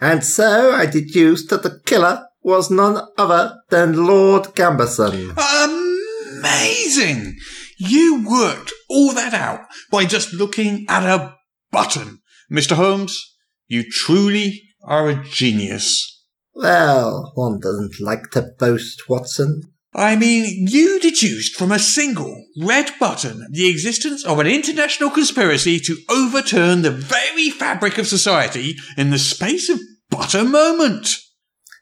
And so I deduced that the killer was none other than Lord Gamberson. Amazing! You worked all that out by just looking at a button. Mr. Holmes, you truly are a genius. Well, one doesn't like to boast, Watson. I mean, you deduced from a single red button the existence of an international conspiracy to overturn the very fabric of society in the space of but a moment.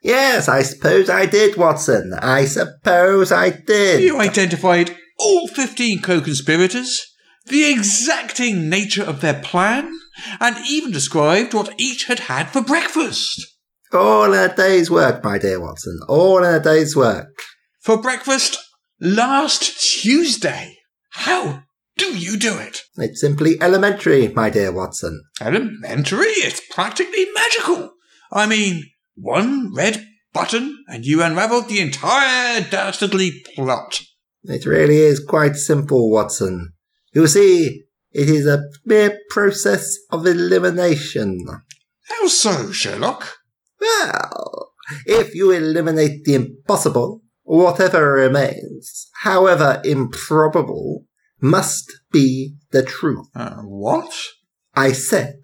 Yes, I suppose I did, Watson. I suppose I did. You identified all 15 co-conspirators, the exacting nature of their plan, and even described what each had had for breakfast. All in a day's work, my dear Watson. All in a day's work. For breakfast last Tuesday. How do you do it? It's simply elementary, my dear Watson. Elementary? It's practically magical. I mean, one red button and you unraveled the entire dastardly plot. It really is quite simple, Watson. You see, it is a mere process of elimination. How so, Sherlock? Well, if you eliminate the impossible, whatever remains, however improbable, must be the truth. Uh, what? I said,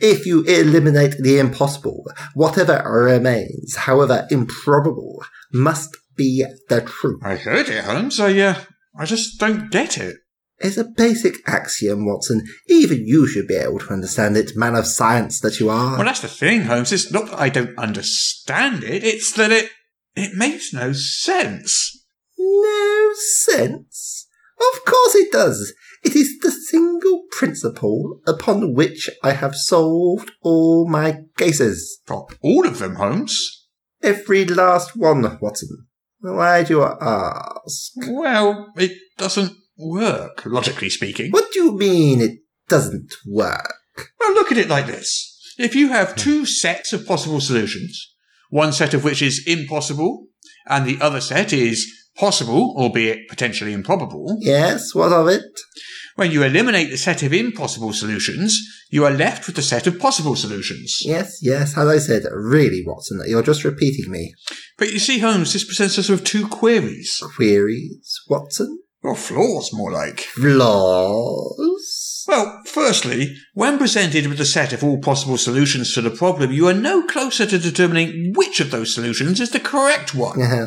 if you eliminate the impossible, whatever remains, however improbable, must be the truth. I heard it, Holmes. I, uh, I just don't get it. It's a basic axiom, Watson. Even you should be able to understand it, man of science that you are. Well, that's the thing, Holmes. It's not that I don't understand it, it's that it, it makes no sense. No sense? Of course it does. It is the single principle upon which I have solved all my cases. Well, all of them, Holmes. Every last one, Watson. Why do you ask? Well, it doesn't work, logically speaking. What do you mean it doesn't work? Well, look at it like this. If you have two sets of possible solutions, one set of which is impossible, and the other set is possible, albeit potentially improbable, Yes, what of it? when you eliminate the set of impossible solutions, you are left with the set of possible solutions. Yes, yes, as I said, really, Watson, you're just repeating me. But you see, Holmes, this presents us with two queries. Queries, Watson? Well, flaws, more like. Flaws? Well, firstly, when presented with a set of all possible solutions to the problem, you are no closer to determining which of those solutions is the correct one. Uh-huh.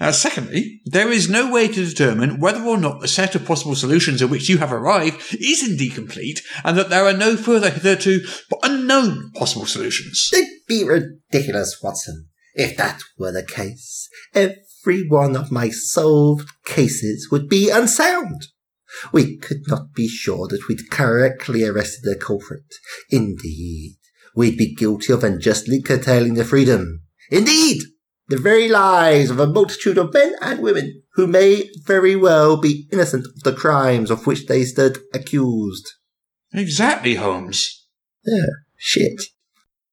Uh, secondly, there is no way to determine whether or not the set of possible solutions at which you have arrived is indeed complete, and that there are no further hitherto but unknown possible solutions. Don't be ridiculous, Watson. If that were the case, every one of my solved cases would be unsound. We could not be sure that we'd correctly arrested the culprit. Indeed, we'd be guilty of unjustly curtailing the freedom. Indeed, the very lives of a multitude of men and women who may very well be innocent of the crimes of which they stood accused. Exactly, Holmes. Shit.